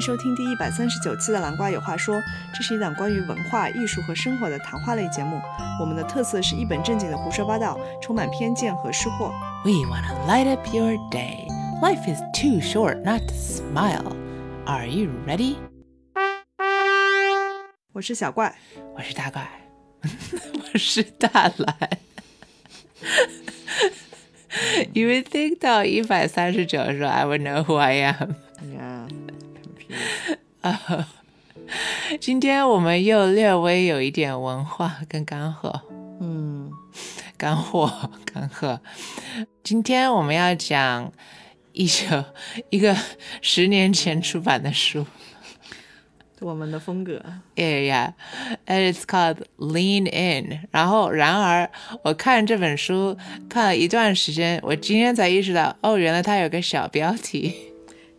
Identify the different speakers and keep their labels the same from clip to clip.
Speaker 1: 收听第一百三十九期的《南瓜有话说》，这是一档关于文化艺术和生活的谈话类节目。我们的特色是一本正经的胡说八道，充满偏见和失货。
Speaker 2: We want to light up your day. Life is too short not to smile. Are you ready?
Speaker 1: 我是小怪，
Speaker 2: 我是大 怪，我是大蓝。you would think 到一百三十九的时候，I would know who I am.
Speaker 1: 哎
Speaker 2: 啊、今天我们又略微有一点文化跟干货，
Speaker 1: 嗯，
Speaker 2: 干货，干货。今天我们要讲一首一个十年前出版的书。
Speaker 1: 我们的风格，
Speaker 2: Yeah, yeah. And it's called Lean In. 然后，然而，我看这本书看了一段时间，我今天才意识到，哦，原来它有个小标题。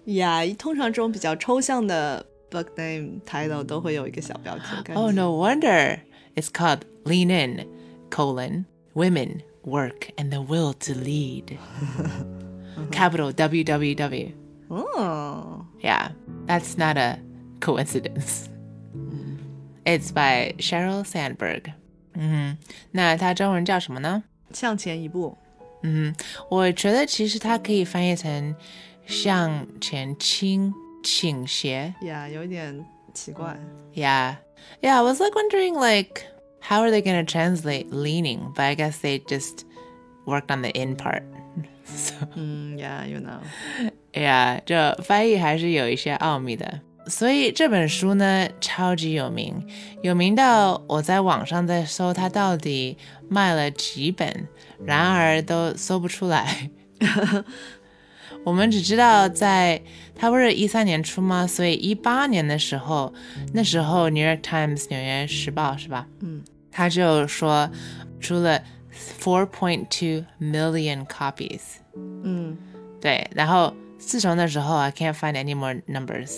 Speaker 1: 呀、通常这种比较抽象的 book name title 都会有一个小标题。我感觉
Speaker 2: Oh, no wonder it's called Lean In: colon Women, Work, and the Will to Lead. Capital W W W.
Speaker 1: 嗯
Speaker 2: Yeah, that's not a coincidence. It's by Sheryl Sandberg. 嗯哼，那它中文叫什么呢？
Speaker 1: 向前一步，
Speaker 2: 嗯，我觉得其实它可以翻译成向前倾倾斜
Speaker 1: 呀、有一点奇怪。
Speaker 2: Yeah, yeah. I was like wondering like how are they gonna translate leaning, but I guess they just worked on the in part. So
Speaker 1: 嗯呀、y o u know，
Speaker 2: yeah，这哎翻译还是有一些奥秘的。所以这本书呢，超级有名，有名到我在网上在搜它到底卖了几本，然而都搜不出来。 我们只知道在它不是一三年出吗？所以一八年的时候，那时候《New York Times》纽约时报是吧？
Speaker 1: 嗯，
Speaker 2: 他就说出了 four point two million copies。
Speaker 1: 嗯
Speaker 2: 对，然后自从那时候，I can't find any more numbers，、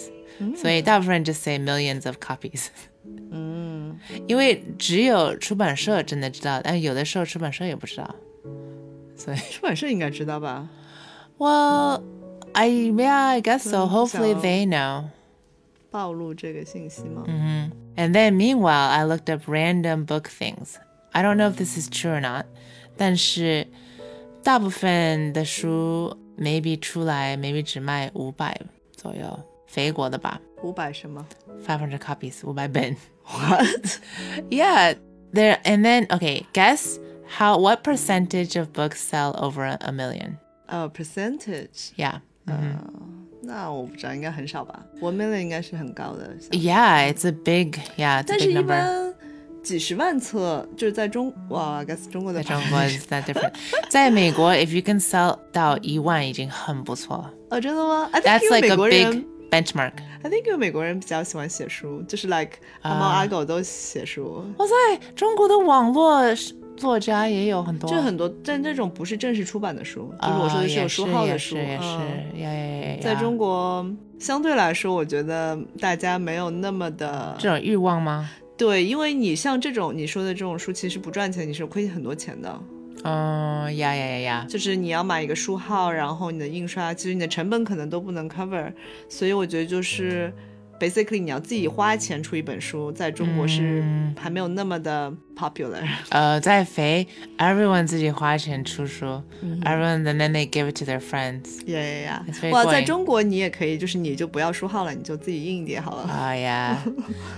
Speaker 2: 所以大部分人 just say millions of copies，
Speaker 1: 嗯，
Speaker 2: 因为只有出版社真的知道，但有的时候出版社也不知道，所以
Speaker 1: 出版社应该知道吧？
Speaker 2: ，Well, I yeah, I guess so.
Speaker 1: 嗯不知道
Speaker 2: Hopefully they know.
Speaker 1: 暴露这个信息吗？
Speaker 2: And then meanwhile, I looked up random book things. I don't know if this is true or not. 但是大部分的书 maybe 出来 maybe 只卖五百左右，肥国的吧。
Speaker 1: 五百什么
Speaker 2: 500 copies 500 bin
Speaker 1: ？What？
Speaker 2: yeah there and then okay guess how what percentage of books sell over a million
Speaker 1: 呃、p e r c e n t a g e
Speaker 2: yeah
Speaker 1: 那我不知道，应该很少吧？One million 应该是很高的，像
Speaker 2: yeah it's a big yeah it's a
Speaker 1: 但是
Speaker 2: big
Speaker 1: 一
Speaker 2: number
Speaker 1: 般几十万册就是在中哇，I guess 中国的
Speaker 2: was that different 在美国 if you can sell 到一万已经很不错
Speaker 1: 哦，真的吗？I think
Speaker 2: that's
Speaker 1: 因为
Speaker 2: like
Speaker 1: 美
Speaker 2: a
Speaker 1: 国
Speaker 2: big
Speaker 1: 人
Speaker 2: benchmark
Speaker 1: ，I think 因为美国人比较喜欢写书，就是 like 阿猫阿狗都写书，
Speaker 2: 我在中国的网络作家也有很多，
Speaker 1: 就很多，但这种不是正式出版的书，就是我说啊的是有书号的书，嗯
Speaker 2: 也是也是，也是，
Speaker 1: 在中国相对来说，我觉得大家没有那么的
Speaker 2: 这种欲望吗？
Speaker 1: 对，因为你像这种你说的这种书，其实不赚钱，你是亏很多钱的。
Speaker 2: 嗯呀呀呀呀！
Speaker 1: 就是你要买一个书号，然后你的印刷，其实你的成本可能都不能 cover，所以我觉得就是。Basically，你要自己花钱出一本书，在中国是还没有那么的 popular。
Speaker 2: 呃，在肥，everyone 自己花钱出书、e v e r y o n e and then they give it to their friends。
Speaker 1: 呀呀呀
Speaker 2: It's！very
Speaker 1: 哇，
Speaker 2: 贵
Speaker 1: 在中国你也可以，就是你就不要书号了，你就自己印一叠好 了。
Speaker 2: 啊、呀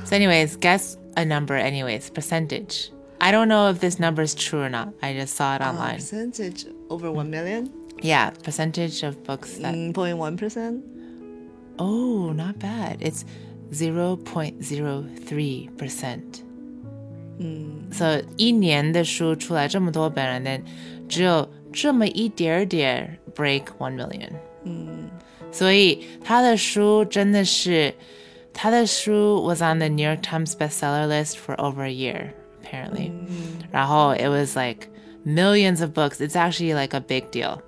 Speaker 2: So anyways, guess a number. Anyways, percentage. I don't know if this number is true or not. I just saw it online.
Speaker 1: Percentage over one million，
Speaker 2: yeah, percentage of books that.
Speaker 1: 嗯，point one percent。
Speaker 2: Oh, not bad. It's zero point zero three percent. 嗯，So 一年的书出来这么多本，and then 只有这么一点儿点儿 break one million。嗯，所以他的书真的是，他的书 was on the New York Times bestseller list for over a year apparently，、然后 it was like millions of books. It's actually like a big deal.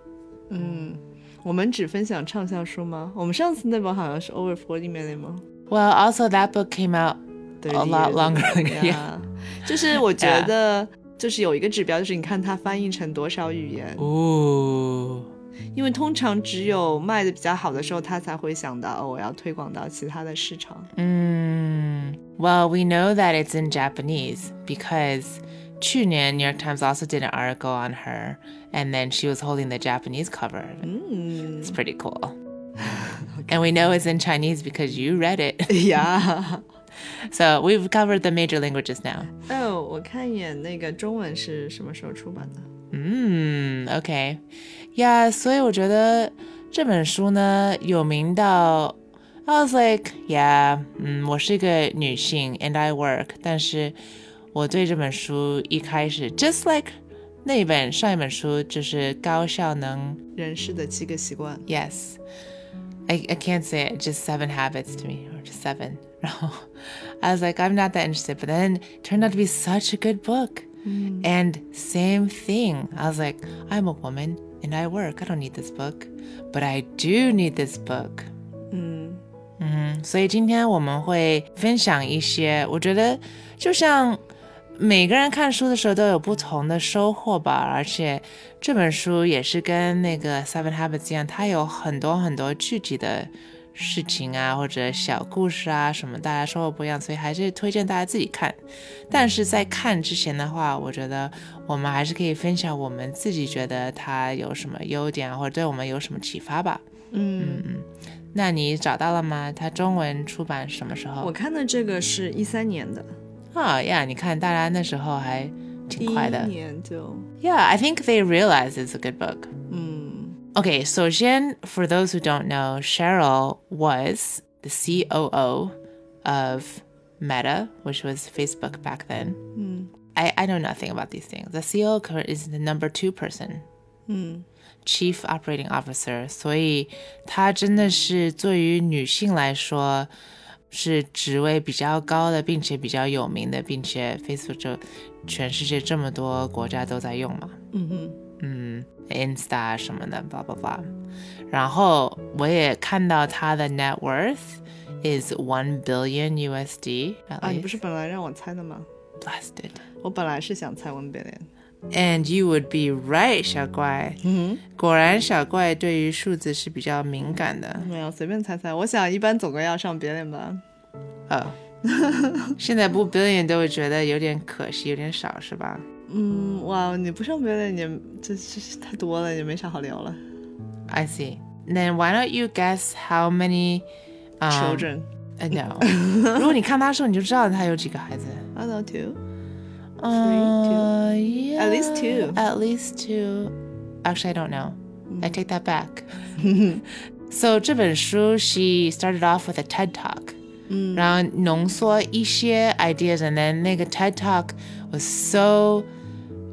Speaker 1: 我们只分享畅销书吗？我们上次那本好像是 over forty million 吗？
Speaker 2: Well, also that book came out
Speaker 1: 对
Speaker 2: a lot longer than yeah.
Speaker 1: 呀，就是 我觉哦得，就是有一个指标，就是你看它翻译成多少语言。
Speaker 2: Ooh.
Speaker 1: 因为通常只有卖的比较好的时候，他才会想到哦，我要推广到其他的市场。
Speaker 2: Mm. Well, we know that it's in Japanese because Chunin New York Times also did an article on her, and then she was holding the Japanese cover.
Speaker 1: Mm.
Speaker 2: It's pretty cool. And we know it's in Chinese because you read it.
Speaker 1: yeah.
Speaker 2: So we've covered the major languages now.
Speaker 1: 哦，我看一眼那个中文是什么时候出版的？
Speaker 2: 嗯，OK，呀、yeah,，所以我觉得这本书呢有名到，I was like yeah，嗯，我是一个女性，and I work，但是我对这本书一开始 just like 那一本上一本书就是高效能
Speaker 1: 人士的七个习惯。
Speaker 2: ，yes，I I can't say it just seven habits to me or just seven，然 后 I was like I'm not that interested，but then it turned out to be such a good book。And same thing. I was like, I'm a woman and I work. I don't need this book, but I do need this book.
Speaker 1: 嗯
Speaker 2: 嗯，所以今天我们会分享一些，我觉得就像每个人看书的时候都有不同的收获吧，而且这本书也是跟那个《Seven Habits》一样，它有很多很多具体的事情啊，或者小故事啊什么，大家收获不一样，所以还是推荐大家自己看。但是在看之前的话，我觉得我们还是可以分享我们自己觉得它有什么优点，啊或者对我们有什么启发吧。
Speaker 1: 嗯，
Speaker 2: 那你找到了吗？它中文出版什么时候
Speaker 1: 我？看的这个是一三年的，
Speaker 2: 啊呀，你看大家那时候还
Speaker 1: 第
Speaker 2: 挺
Speaker 1: 一
Speaker 2: 快的。
Speaker 1: 年就
Speaker 2: Yeah, I think they realize it's a good book.
Speaker 1: 嗯
Speaker 2: Okay, so Jen, for those who don't know, Cheryl was the COO of Meta, which was Facebook back then.
Speaker 1: 嗯
Speaker 2: I, I know nothing about these things. The CEO cur- is the number two person,
Speaker 1: 嗯
Speaker 2: Chief Operating Officer，所以她真的是对于女性来说是职位比较高的，并且比较有名的，并且 Facebook 就全世界这么多国家都在用嘛。
Speaker 1: 嗯哼
Speaker 2: 嗯，Insta 什么的，blah blah blah。然后我也看到他的 net worth is one billion USD
Speaker 1: 啊，你不
Speaker 2: at
Speaker 1: 是本来让我猜的吗？
Speaker 2: least blasted。
Speaker 1: 我本来是想猜 One Billion。
Speaker 2: And you would be right，小怪。嗯，果然小怪对于数字是比较敏感的。
Speaker 1: 没有，随便猜猜。我想一般总归要上 Billion 吧。
Speaker 2: 哦， 现在不 billion 都会觉得有点可惜，有点少，是吧？
Speaker 1: 嗯，哇，你不上 Billion 也这这太多了，也没啥好聊了。
Speaker 2: I see. Then why don't you guess how many? Um,
Speaker 1: Children,
Speaker 2: uh, no. 如果你看他的时候，你就知道他有几个孩子。
Speaker 1: adult too.
Speaker 2: Uh, yeah,
Speaker 1: At least two.
Speaker 2: At least two. Actually, I don't know.
Speaker 1: Mm.
Speaker 2: I take that back. so 这本书 she started off with a TED talk.
Speaker 1: Mm.
Speaker 2: 然后浓缩一些 ideas, and then 那个 TED talk was so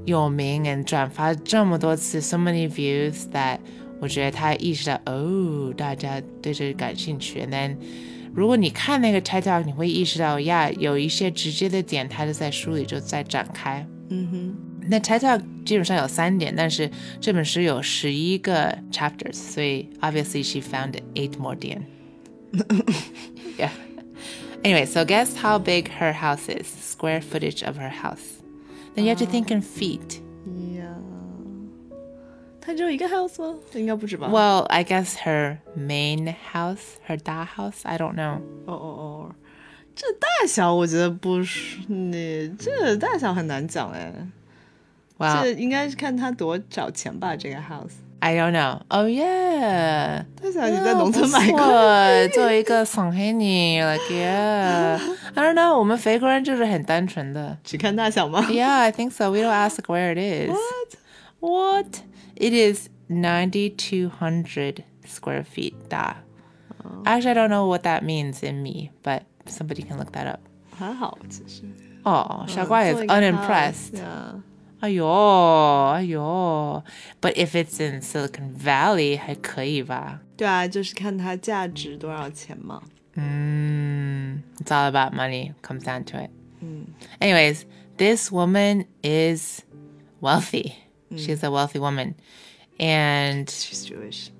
Speaker 2: 有名 and 转发这么多次，so many views that 我觉得他意识到哦，大家对这个感兴趣。And then 如果你看那个 TED Talk，你会意识到呀，有一些直接的点，它就在书里就在展开。
Speaker 1: 嗯哼，
Speaker 2: 那 TED Talk 基本上有三点，但是这本书有十一个 chapters，所以 obviously she found eight more 点。yeah. Anyway, so guess how big her house is, square footage of her house. Then you have to think in feet.
Speaker 1: 呀，它只有一个 house 吗？应该不止吧？哦
Speaker 2: Well, I guess her main house, her da house, I don't know.
Speaker 1: 哦哦，这大小我觉得不是你这大小很难讲哎，
Speaker 2: Well,
Speaker 1: 这应该是看他多少钱吧。这个 house
Speaker 2: I don't know. Oh yeah.
Speaker 1: 大小你在农村买 过？
Speaker 2: 过，作为一个上海人，you're like yeah. I don't know. 我们肥国人就是很单纯的。
Speaker 1: 只看大小吗
Speaker 2: Yeah, I think so. We don't ask like where it is.
Speaker 1: ？What？
Speaker 2: What? It is 9,200 square feet. Da.
Speaker 1: Oh.
Speaker 2: Actually, I don't know what that means in me, but somebody can look that up.
Speaker 1: 还好其实。
Speaker 2: Oh, 小怪 is unimpressed.
Speaker 1: Yeah.
Speaker 2: 哎呦，哎呦。But if it's in Silicon Valley, 还可以吧。
Speaker 1: 对啊，就是看它价值多少钱嘛。
Speaker 2: Mm, it's all about money, comes down to it. Anyways, this woman is wealthy. She's a wealthy woman. And
Speaker 1: She's Jewish.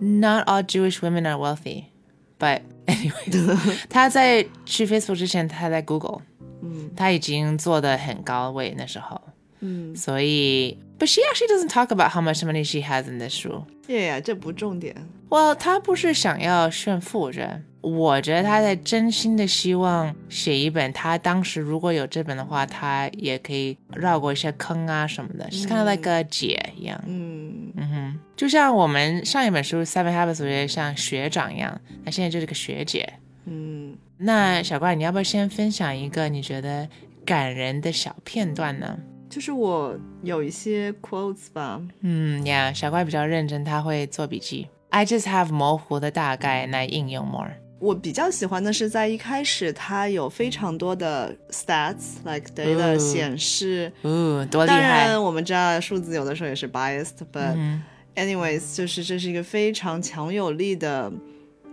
Speaker 2: not all Jewish women are wealthy. But anyways, 她在去 Facebook 之前，她在 Google，她已经做的很高位那时候，嗯，
Speaker 1: 嗯，
Speaker 2: 所以，but she actually doesn't talk about how much money she has in this 书。
Speaker 1: yeah, yeah，这不重点。
Speaker 2: Well，他不是想要炫富，我觉得，我觉得他在真心的希望写一本，他当时如果有这本的话，他也可以绕过一些坑啊什么的，是 kind of like a 姐一样。
Speaker 1: 嗯
Speaker 2: 嗯哼，就像我们上一本书《Seven Habits》，我觉得像学长一样，那现在就是个学姐。
Speaker 1: 嗯，
Speaker 2: 那小怪，你要不要先分享一个你觉得感人的小片段呢？
Speaker 1: 就是我有一些 quotes 吧，
Speaker 2: 嗯呀，小怪比较认真，他会做笔记。I just have 模糊的大概来应用 more。
Speaker 1: 我比较喜欢的是在一开始它有非常多的 stats，like data
Speaker 2: 嗯
Speaker 1: 显示。
Speaker 2: 哦，多厉
Speaker 1: 当
Speaker 2: 害！
Speaker 1: 然，我们知道数字有的时候也是 biased，but、
Speaker 2: 嗯，
Speaker 1: anyways，就是这是一个非常强有力的，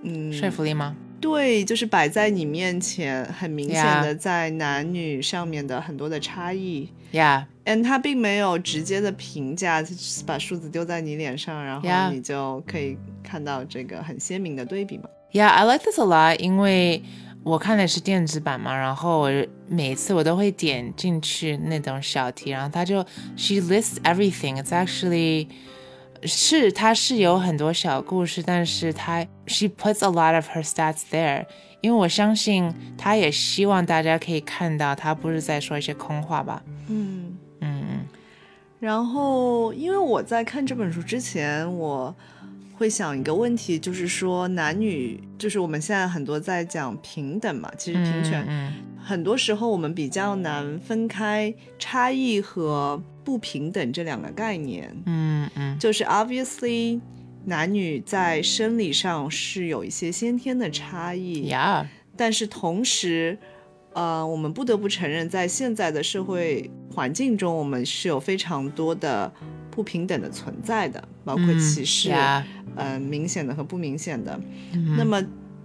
Speaker 1: 嗯，
Speaker 2: 说服力吗？
Speaker 1: 对，就是摆在你面前，很明显
Speaker 2: Yeah
Speaker 1: 的在男女上面的很多的差异。
Speaker 2: 呀
Speaker 1: and 他并没有直接的评价，他只是把数字丢在你脸上，然
Speaker 2: Yeah
Speaker 1: 后你就可以看到这个很鲜明的对比嘛。
Speaker 2: 呀，I like this a lot，因为我看的是电子版嘛，然后我每次我都会点进去那种小题，然后它就 she lists everything。It's actually 是它是有很多小故事，但是它 she puts a lot of her stats there。因为我相信，她也希望大家可以看到，她不是在说一些空话吧？
Speaker 1: 嗯，
Speaker 2: 嗯嗯。
Speaker 1: 然后因为我在看这本书之前，我会想一个问题，就是说男女，就是我们现在很多在讲平等嘛，其实平权，
Speaker 2: 嗯
Speaker 1: 很多时候我们比较难分开差异和不平等这两个概念。
Speaker 2: 嗯嗯
Speaker 1: 就是 obviously 男女在生理上是有一些先天的差异
Speaker 2: ，Yeah，
Speaker 1: 但是同时，呃，我们不得不承认，在现在的社会环境中，我们是有非常多的不平等的存在的，包括歧视，
Speaker 2: 嗯，Yeah，
Speaker 1: 呃，明显的和不明显的。
Speaker 2: 嗯
Speaker 1: 那么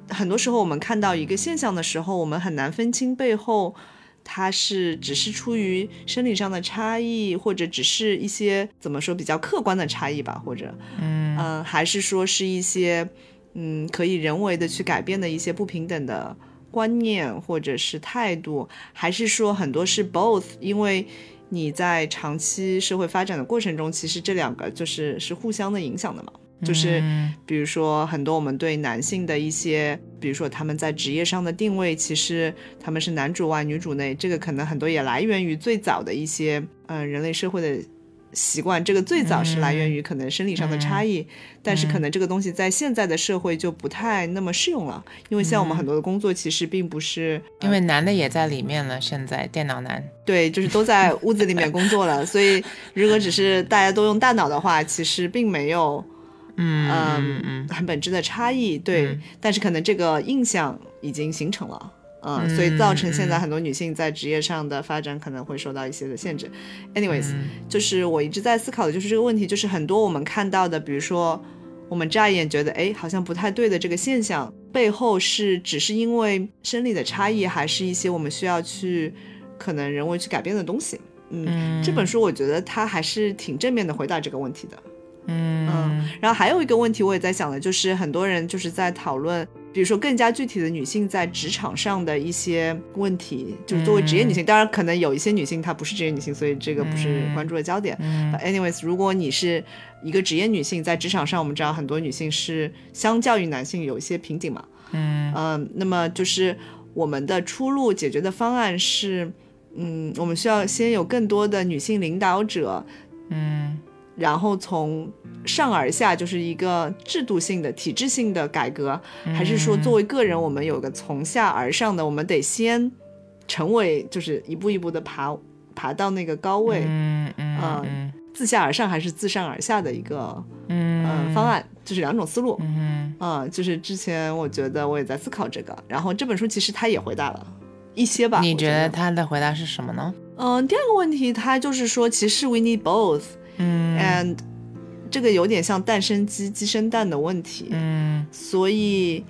Speaker 1: 很多时候我们看到一个现象的时候，我们很难分清背后它是只是出于生理上的差异，或者只是一些怎么说比较客观的差异吧，或者
Speaker 2: 嗯
Speaker 1: 嗯、呃还是说是一些嗯可以人为的去改变的一些不平等的观念或者是态度，还是说很多是 both，因为。你在长期社会发展的过程中，其实这两个就是是互相的影响的嘛，就是
Speaker 2: 嗯
Speaker 1: 比如说很多我们对男性的一些，比如说他们在职业上的定位，其实他们是男主外女主内，这个可能很多也来源于最早的一些，嗯、人类社会的习惯，这个最早是来源于可能生理上的差异，但是可能这个东西在现在的社会就不太那么适用了，因为像我们很多的工作其实并不是，
Speaker 2: 因为男的也在里面了，现在电脑男。
Speaker 1: 对，就是都在屋子里面工作了，所以如果只是大家都用大脑的话，其实并没有。
Speaker 2: 嗯
Speaker 1: 嗯
Speaker 2: 嗯
Speaker 1: 很本质的差异，对，但是可能这个印象已经形成了。嗯，所以造成现在很多女性在职业上的发展可能会受到一些的限制。Anyways，、就是我一直在思考的就是这个问题，就是很多我们看到的，比如说我们乍一眼觉得哎好像不太对的这个现象，背后是只是因为生理的差异，还是一些我们需要去可能人为去改变的东西？
Speaker 2: 嗯，
Speaker 1: 这本书我觉得它还是挺正面的回答这个问题的。
Speaker 2: 嗯
Speaker 1: 然后还有一个问题，我也在想的，就是很多人就是在讨论，比如说更加具体的女性在职场上的一些问题，就是作为职业女性，当然可能有一些女性她不是职业女性，所以这个不是关注的焦点。
Speaker 2: 嗯嗯
Speaker 1: But anyways，如果你是一个职业女性，在职场上，我们知道很多女性是相较于男性有一些瓶颈嘛，
Speaker 2: 嗯
Speaker 1: 嗯，那么就是我们的出路解决的方案是，嗯，我们需要先有更多的女性领导者，
Speaker 2: 嗯
Speaker 1: 然后从上而下就是一个制度性的、体制性的改革，
Speaker 2: 嗯
Speaker 1: 还是说作为个人，我们有个从下而上的，我们得先成为，就是一步一步的爬爬到那个高位，
Speaker 2: 嗯嗯
Speaker 1: 呃
Speaker 2: 嗯
Speaker 1: 自下而上还是自上而下的一个呃
Speaker 2: 嗯
Speaker 1: 方案，就是两种思路。
Speaker 2: 嗯
Speaker 1: 嗯，就是之前我觉得我也在思考这个，然后这本书其实它也回答了一些吧。
Speaker 2: 你
Speaker 1: 我
Speaker 2: 觉
Speaker 1: 觉
Speaker 2: 得？他的回答是什么呢？
Speaker 1: 嗯，第二个问题，它就是说，其实 we need both，
Speaker 2: 嗯
Speaker 1: and 这个有点像蛋生鸡，鸡生蛋的问题，
Speaker 2: 嗯
Speaker 1: 所以。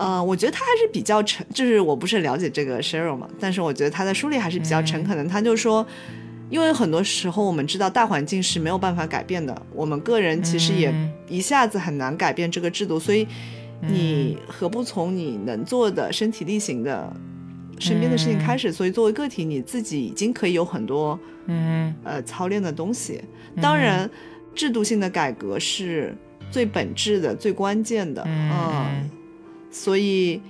Speaker 1: 呃，我觉得他还是比较诚，就是我不是了解这个 Sheryl 嘛，但是我觉得他在书里还是比较
Speaker 2: 嗯
Speaker 1: 诚恳的。他就说，因为很多时候我们知道大环境是没有办法改变的，我们个人其实也
Speaker 2: 嗯
Speaker 1: 一下子很难改变这个制度，所以你何不从你能做的身体力行的身边的事情开始，所以作为个体，你自己已经可以有很多
Speaker 2: 嗯
Speaker 1: 呃操练的东西。当然，制度性的改革是最本质的、最关键的。嗯，所以。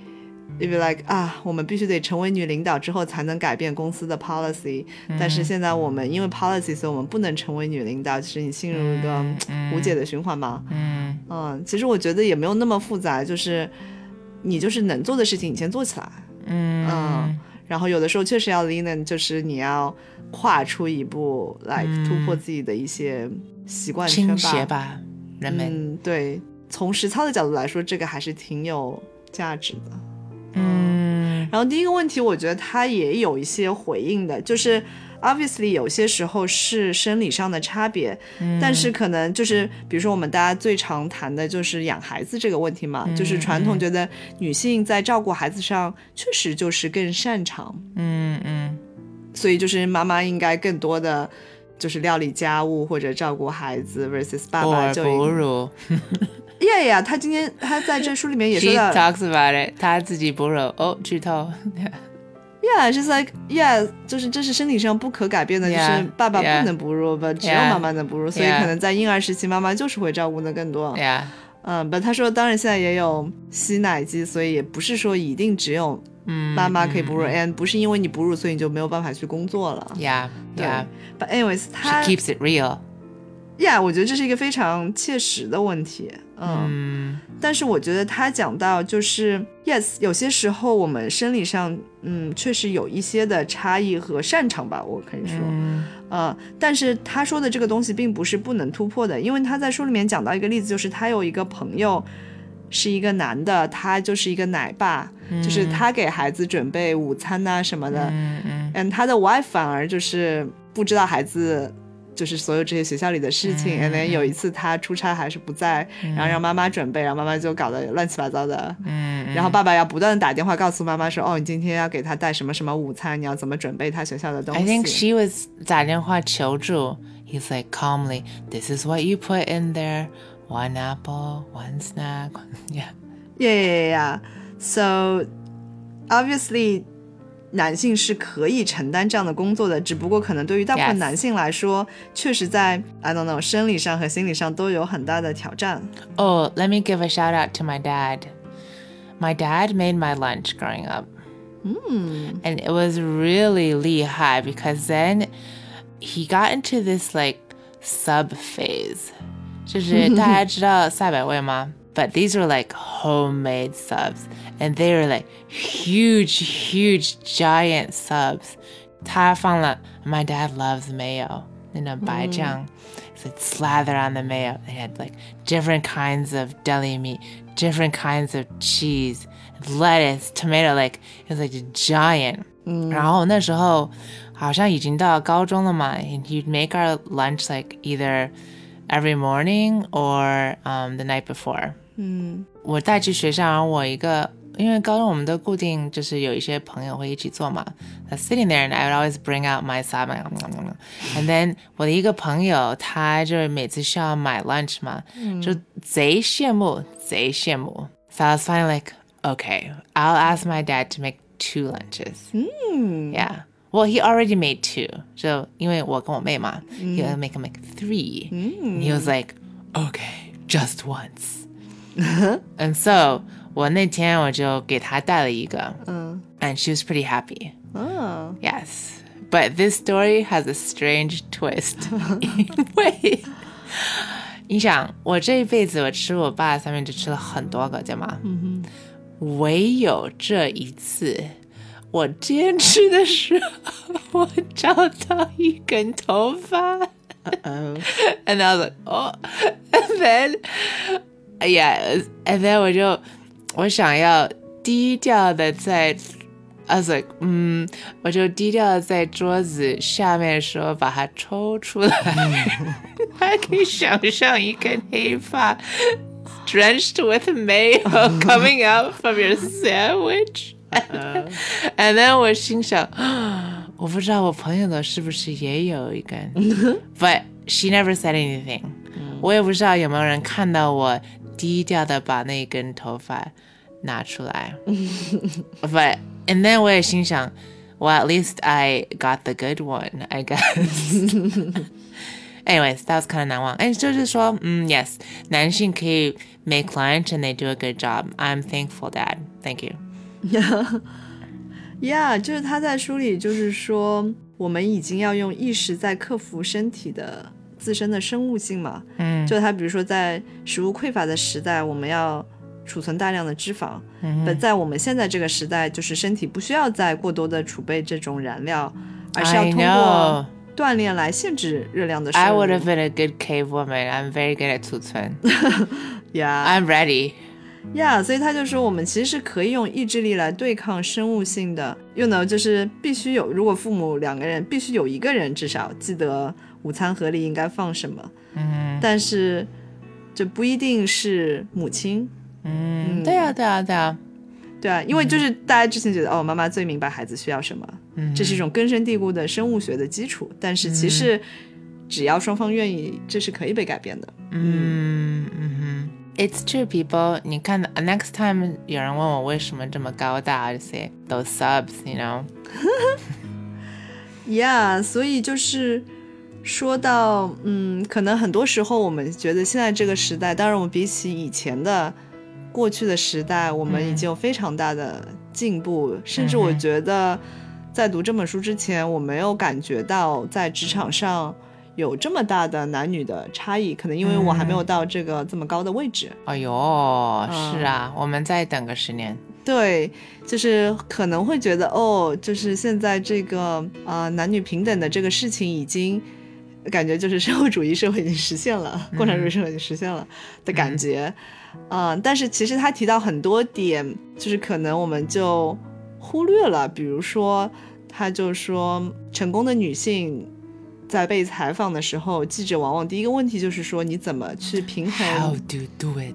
Speaker 1: If you like 啊，我们必须得成为女领导之后才能改变公司的 policy，、但是现在我们因为 policy，所以我们不能成为女领导，其实你进入一个无解的循环嘛。
Speaker 2: 嗯
Speaker 1: 嗯，其实我觉得也没有那么复杂，就是你就是能做的事情，你先做起来。
Speaker 2: 嗯
Speaker 1: 然后有的时候确实要 lean in，就是你要跨出一步来突破自己的一些习惯圈
Speaker 2: 嗯倾
Speaker 1: 吧。
Speaker 2: 斜吧，人们。
Speaker 1: 嗯，对，从实操的角度来说，这个还是挺有价值的。
Speaker 2: 嗯
Speaker 1: 然后第一个问题，我觉得它也有一些回应的，就是 obviously 有些时候是生理上的差别，但是可能就是比如说我们大家最常谈的就是养孩子这个问题嘛，就是传统觉得女性在照顾孩子上确实就是更擅长，
Speaker 2: 嗯嗯
Speaker 1: 所以就是妈妈应该更多的。就是料理家务或者照顾孩子 versus 爸
Speaker 2: 偶
Speaker 1: 爸
Speaker 2: 尔
Speaker 1: 就
Speaker 2: 哺乳。
Speaker 1: yeah yeah，他今天他在这书里面也
Speaker 2: She
Speaker 1: 说到
Speaker 2: talks about it，她自己哺乳。哦，剧透。
Speaker 1: Yeah, she's like, yeah，就是这是身体上不可改变的
Speaker 2: Yeah,
Speaker 1: 就是爸爸
Speaker 2: yeah.
Speaker 1: 不能哺乳吧只有
Speaker 2: Yeah,
Speaker 1: 妈妈能哺乳所以
Speaker 2: yeah.
Speaker 1: 可能在婴儿时期，妈妈就是会照顾的更多。
Speaker 2: Yeah，
Speaker 1: 嗯，不，他说，当然现在也有吸奶机，所以也不是说一定只有
Speaker 2: 嗯，
Speaker 1: 妈妈可以哺乳、a n d 不是因为你哺乳，所以你就没有办法去工作了。
Speaker 2: Yeah,
Speaker 1: 对
Speaker 2: yeah.
Speaker 1: But anyways，
Speaker 2: She
Speaker 1: 他
Speaker 2: keeps it real.
Speaker 1: Yeah，我觉得这是一个非常切实的问题。嗯
Speaker 2: 嗯
Speaker 1: 但是我觉得他讲到就是 yes，有些时候我们生理上，嗯，确实有一些的差异和擅长吧，我可以说，
Speaker 2: 嗯
Speaker 1: 呃，但是他说的这个东西并不是不能突破的，因为他在书里面讲到一个例子，就是他有一个朋友是一个男的，他就是一个奶爸，就是他给孩子准备午餐呐、什么的，
Speaker 2: 嗯嗯
Speaker 1: 嗯，他的 wife 反而就是不知道孩子就是所有这些学校里的事情。And
Speaker 2: 嗯
Speaker 1: then 有一次他出差还是不在，然后让妈妈准备，然后妈妈就搞得乱七八糟的。
Speaker 2: 嗯
Speaker 1: 然后爸爸要不断的打电话告诉妈妈说，哦，你今天要给他带什么什么午餐，你要怎么准备他学校的东西。
Speaker 2: I think she was 打电话求助. He's like calmly, "This is what you put in there: one apple, one snack." Yeah.
Speaker 1: Yeah, yeah, yeah. So obviously，男性是可以承担这样的工作的，只不过可能对于大部
Speaker 2: Yes.
Speaker 1: 分男性来说确实在 I don't know 生理上和心理上都有很大的挑战。
Speaker 2: Oh, let me give a shout out to my dad. My dad made my lunch growing up. Mm. And it was really lehigh because then he got into this like sub phase. 就是大家知道赛百味吗？But these were like homemade subs. And they were like huge, huge, giant subs. 他放了 My dad loves mayo. You know, 白酱. So it's slather on the mayo. They had like different kinds of deli meat, different kinds of cheese, lettuce, tomato. Like it was like a giant. 然后那时候好像已经到高中了嘛, and he'd make our lunch like either every morning or um, the night before. 我带去学校，然后我一个，因为高中我们都固定就是有一些朋友会一起做嘛。那 sitting there and I would always bring out my side my and then 我的一个朋友，他就是每次需要买 lunch 嘛，就贼羡慕，贼羡慕。So I was finally like, okay, I'll ask my dad to make two lunches. Yeah. Well, he already made two. So, 因为我跟我妹嘛, he would make him like three. And he was like, okay, just once. and so, 我那天我就给他带了一个, and she was pretty happy.
Speaker 1: 嗯、
Speaker 2: Yes. But this story has a strange twist. 因为-你想，我这一辈子我吃我爸的三明治吃了很多个，对吗？唯有这一次，我坚持的时候，我找到一根头发。and I was like, oh, and then, yeah, it was- and then 我就我想要低调的在 I was like，嗯，我就低调的在桌子下面的时候把它抽出来，还可以想象一根黑发 drenched with mayo coming out from your sandwich。And then 我心想， 啊我不知道我朋友的是不是也有一根，But she never said anything。我也不知道有没有人看到我低调的把那根头发拿出来。but And then 我也心想，Well, at least I got the good one, I guess. Anyways, that was kind of 难忘。哎，就是说，嗯，yes，男性可以 make lunch and they do a good job. I'm thankful that. Thank you.
Speaker 1: Yeah，就是他在书里就是说，我们已经要用意识在克服身体的自身的生物性嘛。
Speaker 2: 嗯，
Speaker 1: 就他比如说在食物匮乏的时代，我们要储存大量的脂肪。
Speaker 2: 嗯
Speaker 1: 但在我们现在这个时代，就是身体不需要再过多的储备这种燃料，而是要
Speaker 2: I
Speaker 1: 通
Speaker 2: know.
Speaker 1: 过锻炼来限制热量的摄
Speaker 2: I
Speaker 1: 入。
Speaker 2: would have been a good cave woman. I'm very good at 储存。
Speaker 1: yeah
Speaker 2: I'm ready.
Speaker 1: yeah，所以他就说我们其实是可以用意志力来对抗生物性的，you know，就是必须有，如果父母两个人必须有一个人至少记得午餐盒里应该放什么，
Speaker 2: 嗯
Speaker 1: 但是这不一定是母亲。Mm.
Speaker 2: 嗯，对啊，对啊，对啊。
Speaker 1: 对啊，因为就是大家之前觉得、哦，妈妈最明白孩子需要什么，
Speaker 2: 嗯
Speaker 1: 这是一种根深蒂固的生物学的基础。但是其实，只要双方愿意，这是可以被改变的。
Speaker 2: 嗯嗯哼，It's Mm-hmm. true, people. 你看，next time 有人问我为什么这么高大，这些 those subs, you know.
Speaker 1: Yeah，所以就是说到，嗯，可能很多时候我们觉得现在这个时代，当然我们比起以前的过去的时代，我们已经有非常大的进步，甚至我觉得在读这本书之前，我没有感觉到在职场上。有这么大的男女的差异，可能因为我还没有到这个这么高的位置。
Speaker 2: 哎呦，是啊，我们再等个十年。
Speaker 1: 对，就是可能会觉得哦，就是现在这个啊、呃男女平等的这个事情已经。感觉就是社会主义社会已经实现了，共产主义社会已经实现了的感觉，嗯、但是其实他提到很多点，就是可能我们就忽略了，比如说，他就说成功的女性在被采访的时候，记者往往第一个问题就是说你怎么去平衡
Speaker 2: How do you do it？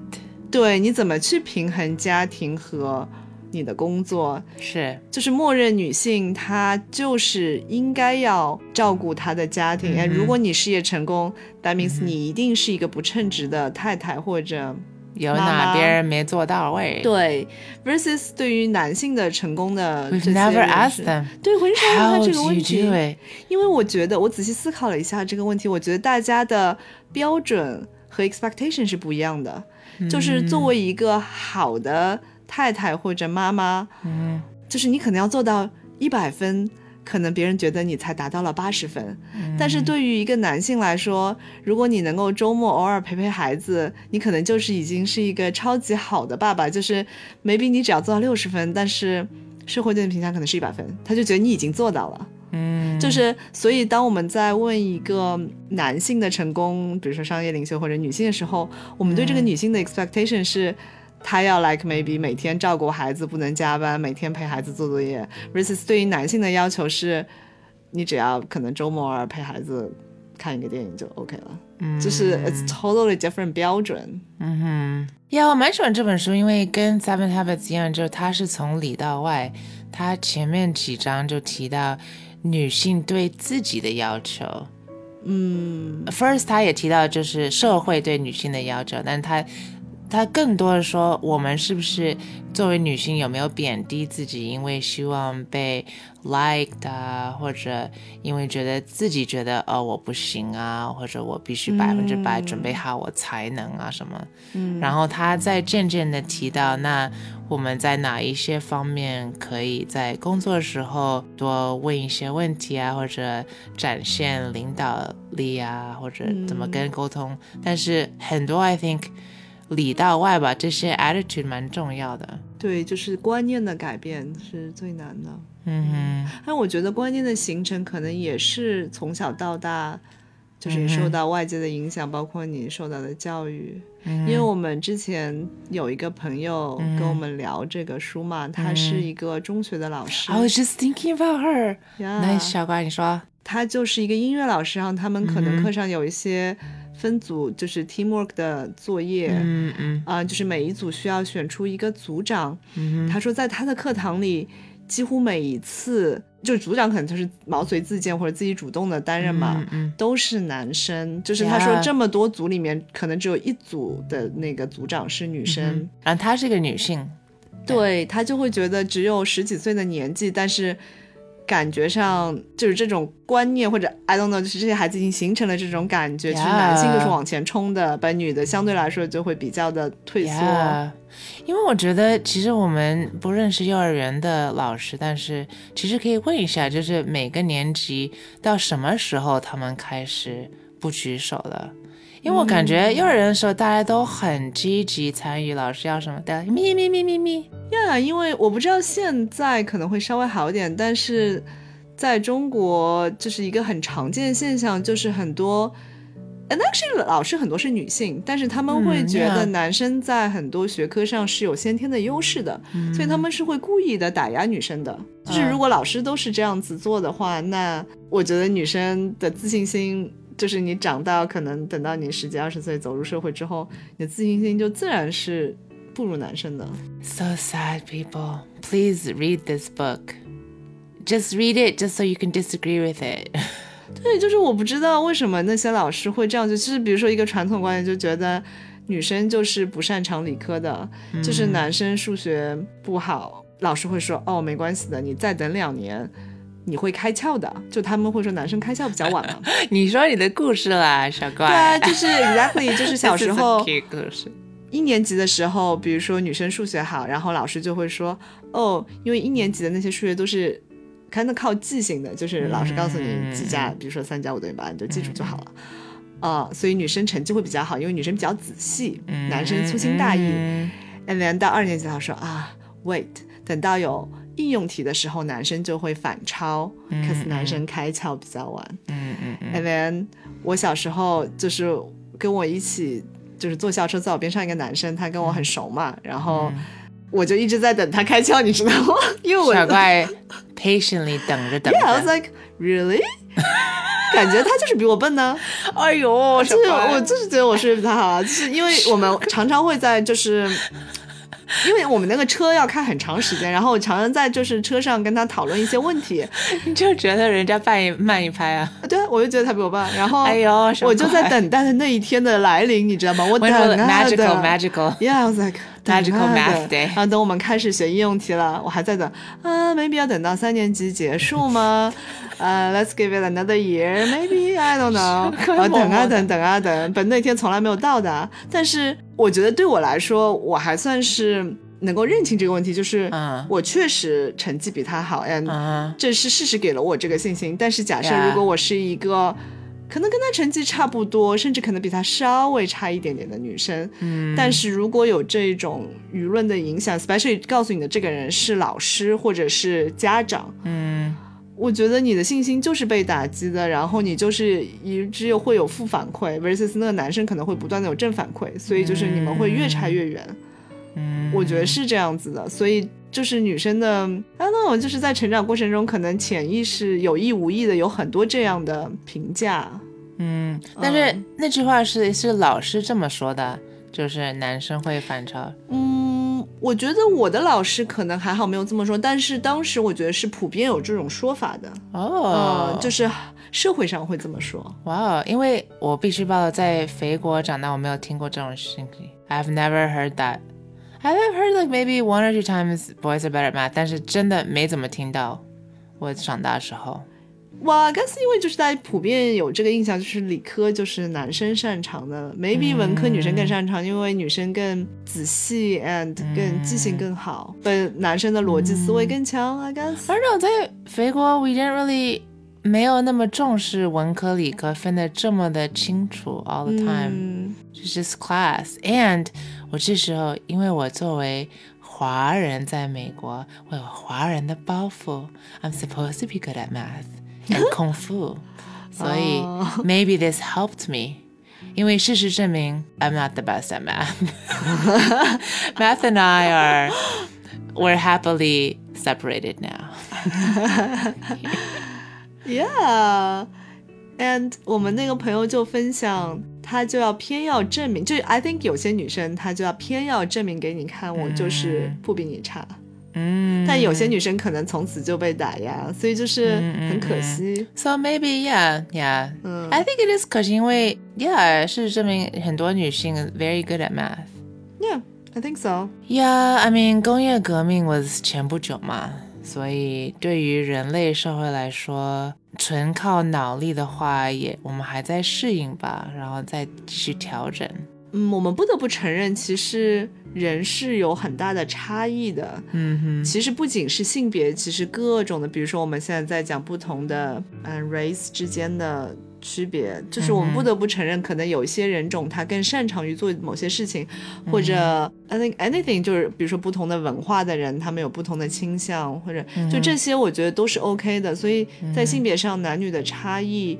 Speaker 1: 对，你怎么去平衡家庭和你的工作？
Speaker 2: 是，
Speaker 1: 就是默认女性她就是应该要照顾她的家庭。哎、
Speaker 2: 嗯哼嗯
Speaker 1: 如果你事业成功，that means 你一定是一个不称职的太太或者
Speaker 2: 有
Speaker 1: 妈
Speaker 2: 哪
Speaker 1: 妈
Speaker 2: 别人没做到位？
Speaker 1: 对。versus 对于男性的成功的这些
Speaker 2: ，We've never
Speaker 1: 人
Speaker 2: asked
Speaker 1: 士
Speaker 2: them
Speaker 1: 对，我很少问他
Speaker 2: how do
Speaker 1: 这个问
Speaker 2: you
Speaker 1: 题。
Speaker 2: do it。
Speaker 1: 因为我觉得我仔细思考了一下这个问题，我觉得大家的标准和 expectation 是不一样的。就是作为一个好的太太或者妈妈，
Speaker 2: 嗯
Speaker 1: 就是你可能要做到一百分，可能别人觉得你才达到了八十分。但是对于一个男性来说，如果你能够周末偶尔陪陪孩子，你可能就是已经是一个超级好的爸爸。就是 maybe 你只要做到六十分，但是社会对你的评价可能是一百分，他就觉得你已经做到了。
Speaker 2: 嗯，
Speaker 1: 就是，所以当我们在问一个男性的成功，比如说商业领袖或者女性的时候，我们对这个女性的 expectation 是，她要 like maybe 每天照顾孩子，不能加班，每天陪孩子做作业；versus 对于男性的要求是，你只要可能周末偶尔陪孩子看一个电影就 OK 了，就是 it's totally different 标准。
Speaker 2: 嗯哼，呀，我蛮喜欢这本书，因为跟《Seven Habits》一样，就是它是从里到外，它前面几章就提到女性对自己的要求。嗯，First，他也提到就是社会对女性的要求，但他他更多的说，我们是不是作为女性有没有贬低自己，因为希望被 liked 啊，或者因为觉得自己觉得哦我不行啊，或者我必须百分之百准备好我才能啊什么。嗯，然后他再渐渐的提到，那我们在哪一些方面可以在工作时候多问一些问题啊，或者展现领导力啊，或者怎么跟人沟通。但是很多 I think 里到外吧，这些 attitude 蛮重要的。
Speaker 1: 对，就是观念的改变是最难的。
Speaker 2: 嗯哼，
Speaker 1: 但我觉得观念的形成可能也是从小到大，就是你受到外界的影响，包括你受到的教育。因为我们之前有一个朋友跟我们聊这个书嘛，他是一个中学的老师，
Speaker 2: I was just thinking about her。
Speaker 1: 呀
Speaker 2: 那小瓜，你说，
Speaker 1: 他就是一个音乐老师，然后他们可能课上有一些分组，就是 teamwork 的作业。
Speaker 2: 嗯嗯
Speaker 1: 啊、就是每一组需要选出一个组长。
Speaker 2: 嗯
Speaker 1: 他说，在他的课堂里，几乎每一次，就组长可能就是毛遂自荐或者自己主动的担任嘛，
Speaker 2: 嗯嗯
Speaker 1: 都是男生。就是他说，
Speaker 2: Yeah
Speaker 1: 这么多组里面，可能只有一组的那个组长是女生。
Speaker 2: 嗯，然后她是一个女性，
Speaker 1: 对他就会觉得只有十几岁的年纪，但是感觉上就是这种观念或者 I don't know，就是这些孩子已经形成了这种感觉，就是男性就是往前冲的，把女的相对来说就会比较的退缩。
Speaker 2: Yeah，因为我觉得其实我们不认识幼儿园的老师，但是其实可以问一下，就是每个年级到什么时候他们开始不举手了？因为我感觉幼儿园的时候大家都很积极参与，老师要什么 的，咪咪咪咪咪。
Speaker 1: 呀，因为我不知道现在可能会稍微好一点，但是在中国就是一个很常见现象，就是很多，and actually 老师很多是女性，但是他们会觉得
Speaker 2: 嗯，yeah
Speaker 1: 男生在很多学科上是有先天的优势的，所以他们是会故意的打压女生的。就是
Speaker 2: 嗯
Speaker 1: 如果老师都是这样子做的话，那我觉得女生的自信心。就是你长到可能等到你十几二十岁走入社会之后，你的自信心就自然是不如男生的。
Speaker 2: So sad, people. Please read this book. Just read it just so you can disagree with it.
Speaker 1: 对，就是我不知道为什么那些老师会这样，就其实比如说一个传统观念，就觉得女生就是不擅长理科的，就是男生数学不好，老师会说哦没关系的，你再等两年。你会开窍的，就他们会说男生开窍比较晚嘛？对啊，
Speaker 2: 你说你的故事啦，小怪。
Speaker 1: 就是 exactly，就是小
Speaker 2: This is
Speaker 1: 时
Speaker 2: a
Speaker 1: 候
Speaker 2: cute 故事。
Speaker 1: 一年级的时候，比如说女生数学好，然后老师就会说，哦，因为一年级的那些数学都是kind of 靠记性的，就是老师告诉你几加，比如说三加五等于八，你就记住就好了。啊、所以女生成绩会比较好，因为女生比较仔细，
Speaker 2: 嗯
Speaker 1: 男生粗心大意。And then 到二年级，他说啊，wait，等到有应用题的时候，男生就会反超，cause 男生开窍比较晚。And
Speaker 2: 嗯
Speaker 1: then 我小时候就是跟我一起就是坐校车，在我边上一个男生，他跟我很熟嘛，然后
Speaker 2: 嗯
Speaker 1: 我就一直在等他开窍，你知道吗？因为我
Speaker 2: 小怪 patiently
Speaker 1: Yeah, I was like really，感觉他就是比我笨呢。就是我就是觉得我睡不太好啊，就是因为我们常常会在就是。因为我们那个车要开很长时间，然后我常常在就是车上跟他等一些问题，
Speaker 2: 等着等着，你就觉得人家慢一慢一拍啊。
Speaker 1: 对啊，我就觉得他比我笨，然后
Speaker 2: 哎呦小
Speaker 1: 哦我就在
Speaker 2: 乖
Speaker 1: 等待的那一天的来临，你知道吗？我等
Speaker 2: When
Speaker 1: 啊
Speaker 2: will
Speaker 1: 等
Speaker 2: magical magical
Speaker 1: Yeah, I was like等啊
Speaker 2: Magical
Speaker 1: 等
Speaker 2: math day
Speaker 1: 然后等我们开始学应用题了，我还在等啊，maybe 要等到三年级结束吗？呃、l e t s give it another year, maybe I don't know
Speaker 2: 是。
Speaker 1: 然后等啊
Speaker 2: 快默默地
Speaker 1: 等，等啊等，本那天从来没有到达。但是我觉得对我来说，我还算是能够认清这个问题，就是
Speaker 2: 嗯
Speaker 1: 我确实成绩比他好，and
Speaker 2: 啊？
Speaker 1: 这是事实给了我这个信心。但是假设
Speaker 2: Yeah
Speaker 1: 如果我是一个可能跟他成绩差不多，甚至可能比他稍微差一点点的女生，
Speaker 2: 嗯，
Speaker 1: 但是如果有这种舆论的影响，especially 告诉你的这个人是老师或者是家长，
Speaker 2: 嗯，
Speaker 1: 我觉得你的信心就是被打击的，然后你就是一只有会有负反馈，versus 那个男生可能会不断的有正反馈，所以就是你们会越差越远。
Speaker 2: 嗯，
Speaker 1: 我觉得是这样子的，所以就是女生的，啊，那我就是在成长过程中，可能潜意识有意无意的有很多这样的评价。
Speaker 2: 嗯，但是那句话是是老师这么说的，就是男生会反超。
Speaker 1: 嗯，我觉得我的老师可能还好没有这么说，但是当时我觉得是普遍有这种说法的，
Speaker 2: 哦
Speaker 1: 嗯，，就是社会上会这么说。
Speaker 2: 哇哦，因为我必须报在肥国长大，我没有听过这种事情。I've never heard that. I've heard like maybe one or two times boys are better at math，但是真的没怎么听到。我长大的时候，
Speaker 1: 哇，但是因为就是大家普遍有这个印象，就是理科就是男生擅长的，maybe
Speaker 2: 嗯
Speaker 1: 文科女生更擅长，因为女生更仔细 and 更记
Speaker 2: 嗯
Speaker 1: 性更好，本男生的逻辑思维更强。I guess
Speaker 2: 而且我在肥国，we didn't really 没有那么重视文科理科分得这么的清楚 all the time。
Speaker 1: 嗯，
Speaker 2: 就是 class。And 我这时候，因为我作为华人在美国，我有华人的包袱，I'm supposed to be good at math and 空腹，所以
Speaker 1: 哦
Speaker 2: maybe this helped me。因为事实证明，I'm not the best at math. math and I are we're happily separated now.
Speaker 1: Yeah. And 我们那个朋友就分享，她就要偏要证明，就是 I think 有些女生她就要偏要证明给你看，我就是不比你差。
Speaker 2: 嗯，嗯
Speaker 1: 但有些女生可能从此就被打压，所以就是很可惜。嗯
Speaker 2: So maybe, yeah, yeah. I think it is 可行，因为 yeah 事实证明很多女性 very good at math.
Speaker 1: Yeah, I think so.
Speaker 2: Yeah, I mean，工业革命 was 前不久嘛，所以对于人类社会来说，纯靠脑力的话也，我们还在适应吧，然后再继续调整。
Speaker 1: 嗯，我们不得不承认，其实人是有很大的差异的。
Speaker 2: 嗯哼，
Speaker 1: 其实不仅是性别，其实各种的，比如说我们现在在讲不同的嗯 race 之间的区别，就是我们不得不承认，可能有一些人种他更擅长于做某些事情，或者 I think anything 就是比如说不同的文化的人，他们有不同的倾向，或者就这些，我觉得都是 OK 的。所以在性别上，男女的差异。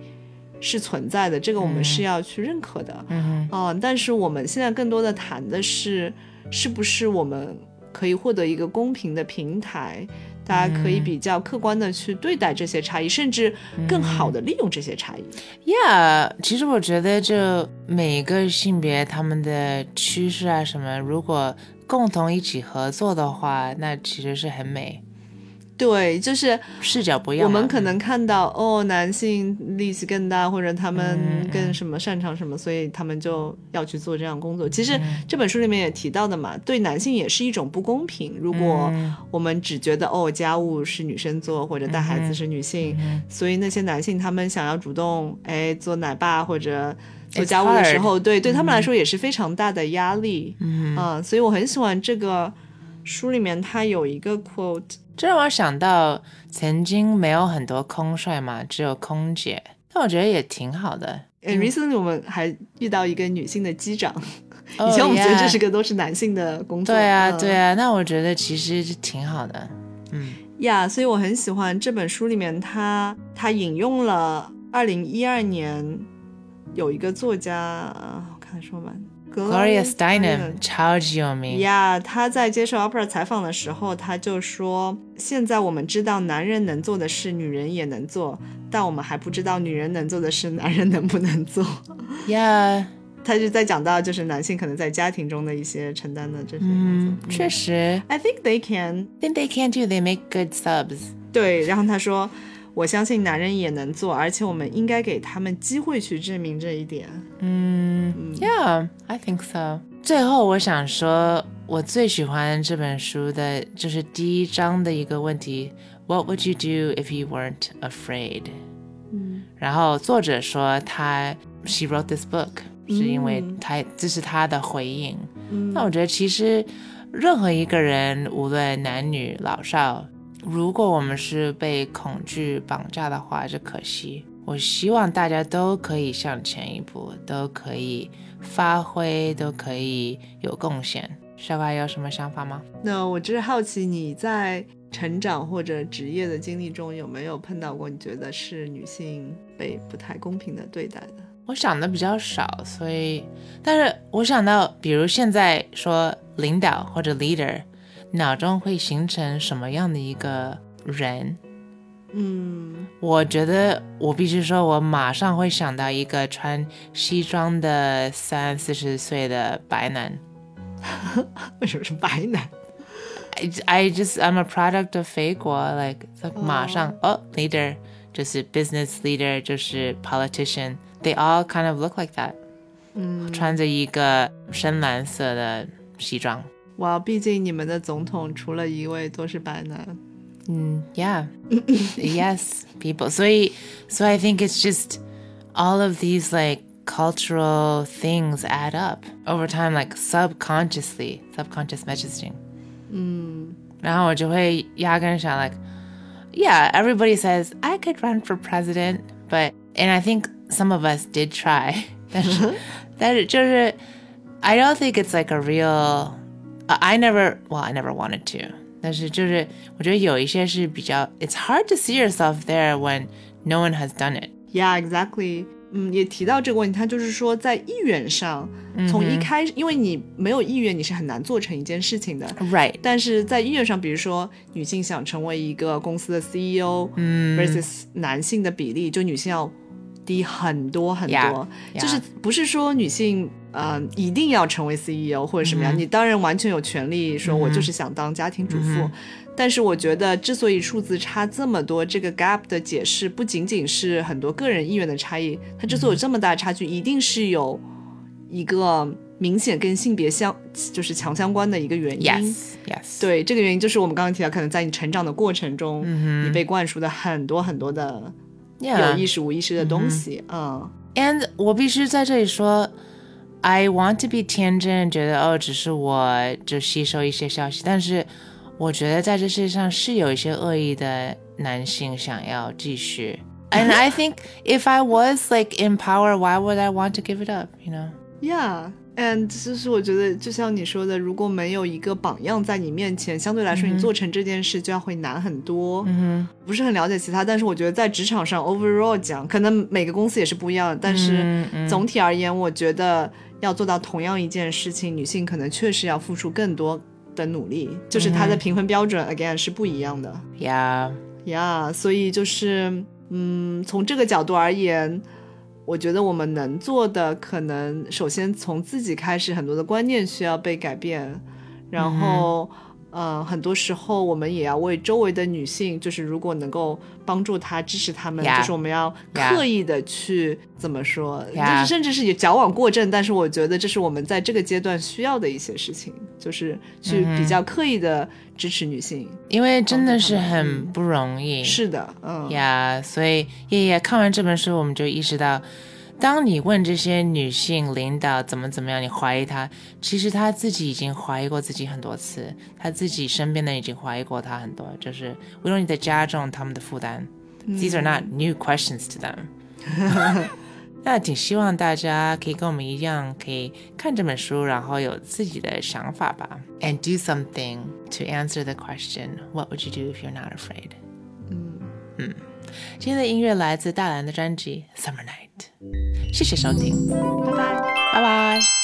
Speaker 1: 是存在的，这个我们是要去认可的，
Speaker 2: 嗯
Speaker 1: 嗯、呃，但是我们现在更多的谈的是，是不是我们可以获得一个公平的平台，大家可以比较客观的去对待这些差异，甚至更好的利用这些差异。
Speaker 2: Yeah，其实我觉得就每个性别他们的趋势啊什么，如果共同一起合作的话，那其实是很美。
Speaker 1: 对，就是
Speaker 2: 视角不一样
Speaker 1: 我
Speaker 2: 嘛，
Speaker 1: 们可能看到哦，男性力气更大，或者他们更什么擅长什么，所以他们就要去做这样工作。其实这本书里面也提到的嘛，对男性也是一种不公平。如果我们只觉得哦，家务是女生做，或者带孩子是女性，所以那些男性他们想要主动哎做奶爸或者。做家务的时候，对对他们来说也是非常大的压力，嗯、啊，所以我很喜欢这个书里面它有一个 quote，
Speaker 2: 这让我想到曾经没有很多空帅嘛，只有空姐，但我觉得也挺好的。
Speaker 1: 哎，recently 我们还遇到一个女性的机长，
Speaker 2: Oh,
Speaker 1: 以前我们觉得
Speaker 2: yeah
Speaker 1: 这是个都是男性的工作，
Speaker 2: 对啊，
Speaker 1: 嗯
Speaker 2: 对啊，那我觉得其实是挺好的。嗯
Speaker 1: 呀所以我很喜欢这本书里面他他引用了二零一二年有一个作家，啊我看说完
Speaker 2: ，Gloria
Speaker 1: ，Gloria
Speaker 2: Steinem 超级有名。
Speaker 1: 哦呀他在接受 Opera 采访的时候，他就说：“现在我们知道男人能做的事，女人也能做，但我们还不知道女人能做的事，男人能不能做。”
Speaker 2: Yeah，
Speaker 1: 他就在讲到就是男性可能在家庭中的一些承担的这些工
Speaker 2: 嗯
Speaker 1: 作。，
Speaker 2: 确实。
Speaker 1: I think they can。
Speaker 2: Then they can do. They make good subs.
Speaker 1: 对，然后他说，我相信男人也能做，而且我们应该给他们机会去证明这一点。
Speaker 2: 嗯，Yeah, I think so. 最后，我想说，我最喜欢这本书的就是第一章的一个问题：What would you do if you weren't afraid？
Speaker 1: 嗯
Speaker 2: 然后作者说他 she wrote this book 是因为他这是他的回应。那我觉得其实任何一个人，无论男女老少，如果我们是被恐惧绑架的话，就可惜。我希望大家都可以向前一步，都可以发挥，都可以有贡献。小瓜有什么想法吗？
Speaker 1: 那我就是好奇你在成长或者职业的经历中有没有碰到过你觉得是女性被不太公平的对待的？
Speaker 2: 我想的比较少，所以，但是我想到，比如现在说领导或者 leader，脑中会形成什么样的一个人？
Speaker 1: 嗯
Speaker 2: 我觉得我必须说，我马上会想到一个穿西装的三四十岁的白男。
Speaker 1: 为什么是白男？
Speaker 2: I I just I'm a product of 肥国，like like 马上
Speaker 1: Oh.
Speaker 2: 哦、leader 就是 business leader 就是 politician，they all kind of look like that。
Speaker 1: 嗯，
Speaker 2: 穿着一个深蓝色的西装。
Speaker 1: 哇，毕竟你们的总统除了一位都是白男。
Speaker 2: 嗯，Yeah, yes, people. 所以，so I think it's just all of these like cultural things add up over time, like subconsciously, subconscious messaging.
Speaker 1: 嗯
Speaker 2: 然后我就会压根想 like, yeah, everybody says I could run for president, but and I think some of us did try. 但是但是就是 I don't think it's like a real. I I never well I never wanted to. 但是就是我觉得有一些是比较 it's hard to see yourself there when no one has done it.
Speaker 1: Yeah, exactly. 嗯，也提到这个问题，他就是说在意愿上，从一开始，因为你没有意愿，你是很难做成一件事情的。
Speaker 2: Right.
Speaker 1: 但是在意愿上，比如说女性想成为一个公司的 CEO，嗯，versus 男性的比例，就女性要低很多很多。
Speaker 2: Yeah, yeah.
Speaker 1: 就是不是说女性呃一定要成为 CEO 或者什么样，你当然完全有权利说我就是想当家庭主妇。但是我觉得，之所以数字差这么多，这个 gap 的解释不仅仅是很多个人意愿的差异，它之所以有这么大差距，一定是有一个明显跟性别相就是强相关的一个原因。
Speaker 2: Yes, yes.
Speaker 1: 对，这个原因就是我们刚刚提到，可能在你成长的过程中，
Speaker 2: Mhm.
Speaker 1: 你被灌输的很多很多的
Speaker 2: Yeah.
Speaker 1: 有意识无意识的东西。嗯
Speaker 2: And 我必须在这里说，I want to be 天真，觉得哦，只是我就吸收一些消息。但是我觉得在这世界上是有一些恶意的男性想要继续。And I think if I was like in power, why would I want to give it up? You know?
Speaker 1: ，Yeah，and 就是我觉得，就像你说的，如果没有一个榜样在你面前，相对来说，
Speaker 2: 嗯
Speaker 1: 你做成这件事就要会难很多。
Speaker 2: 嗯哼，
Speaker 1: 不是很了解其他，但是我觉得在职场上 overall 讲，可能每个公司也是不一样的，但是
Speaker 2: 嗯，嗯。
Speaker 1: 总体而言，我觉得要做到同样一件事情，女性可能确实要付出更多的努力，就是她
Speaker 2: 嗯
Speaker 1: 的评分标准 again 是不一样的
Speaker 2: Yeah.
Speaker 1: 呀。所以就是，嗯，从这个角度而言。我觉得我们能做的，可能首先从自己开始，很多的观念需要被改变，然
Speaker 2: 嗯
Speaker 1: 后，呃，很多时候我们也要为周围的女性，就是如果能够帮助她、支持她们
Speaker 2: Yeah.
Speaker 1: 就是我们要
Speaker 2: Yeah.
Speaker 1: 刻意的去怎么说
Speaker 2: Yeah.
Speaker 1: 就是甚至是也矫枉过正，但是我觉得这是我们在这个阶段需要的一些事情，就是去
Speaker 2: 嗯
Speaker 1: 比较刻意的支持女性。
Speaker 2: 因为真的是
Speaker 1: 帮
Speaker 2: 很
Speaker 1: 助他们，嗯。
Speaker 2: 不容易。
Speaker 1: 是的，嗯
Speaker 2: 呀所以夜夜看完这本书，我们就意识到，当你问这些女性领导怎么怎么样，你怀疑她，其实她自己已经怀疑过自己很多次，她自己身边的人已经怀疑过她很多，就是为了你的加重他们的负担。These are not new questions to them 。 那挺希望大家可以跟我们一样，可以看这本书，然后有自己的想法吧。And do something to answer the question, what would you do if you're not afraid? 今天的音乐来自大蓝的专辑《Summer Night》，谢谢收听，拜拜，拜拜。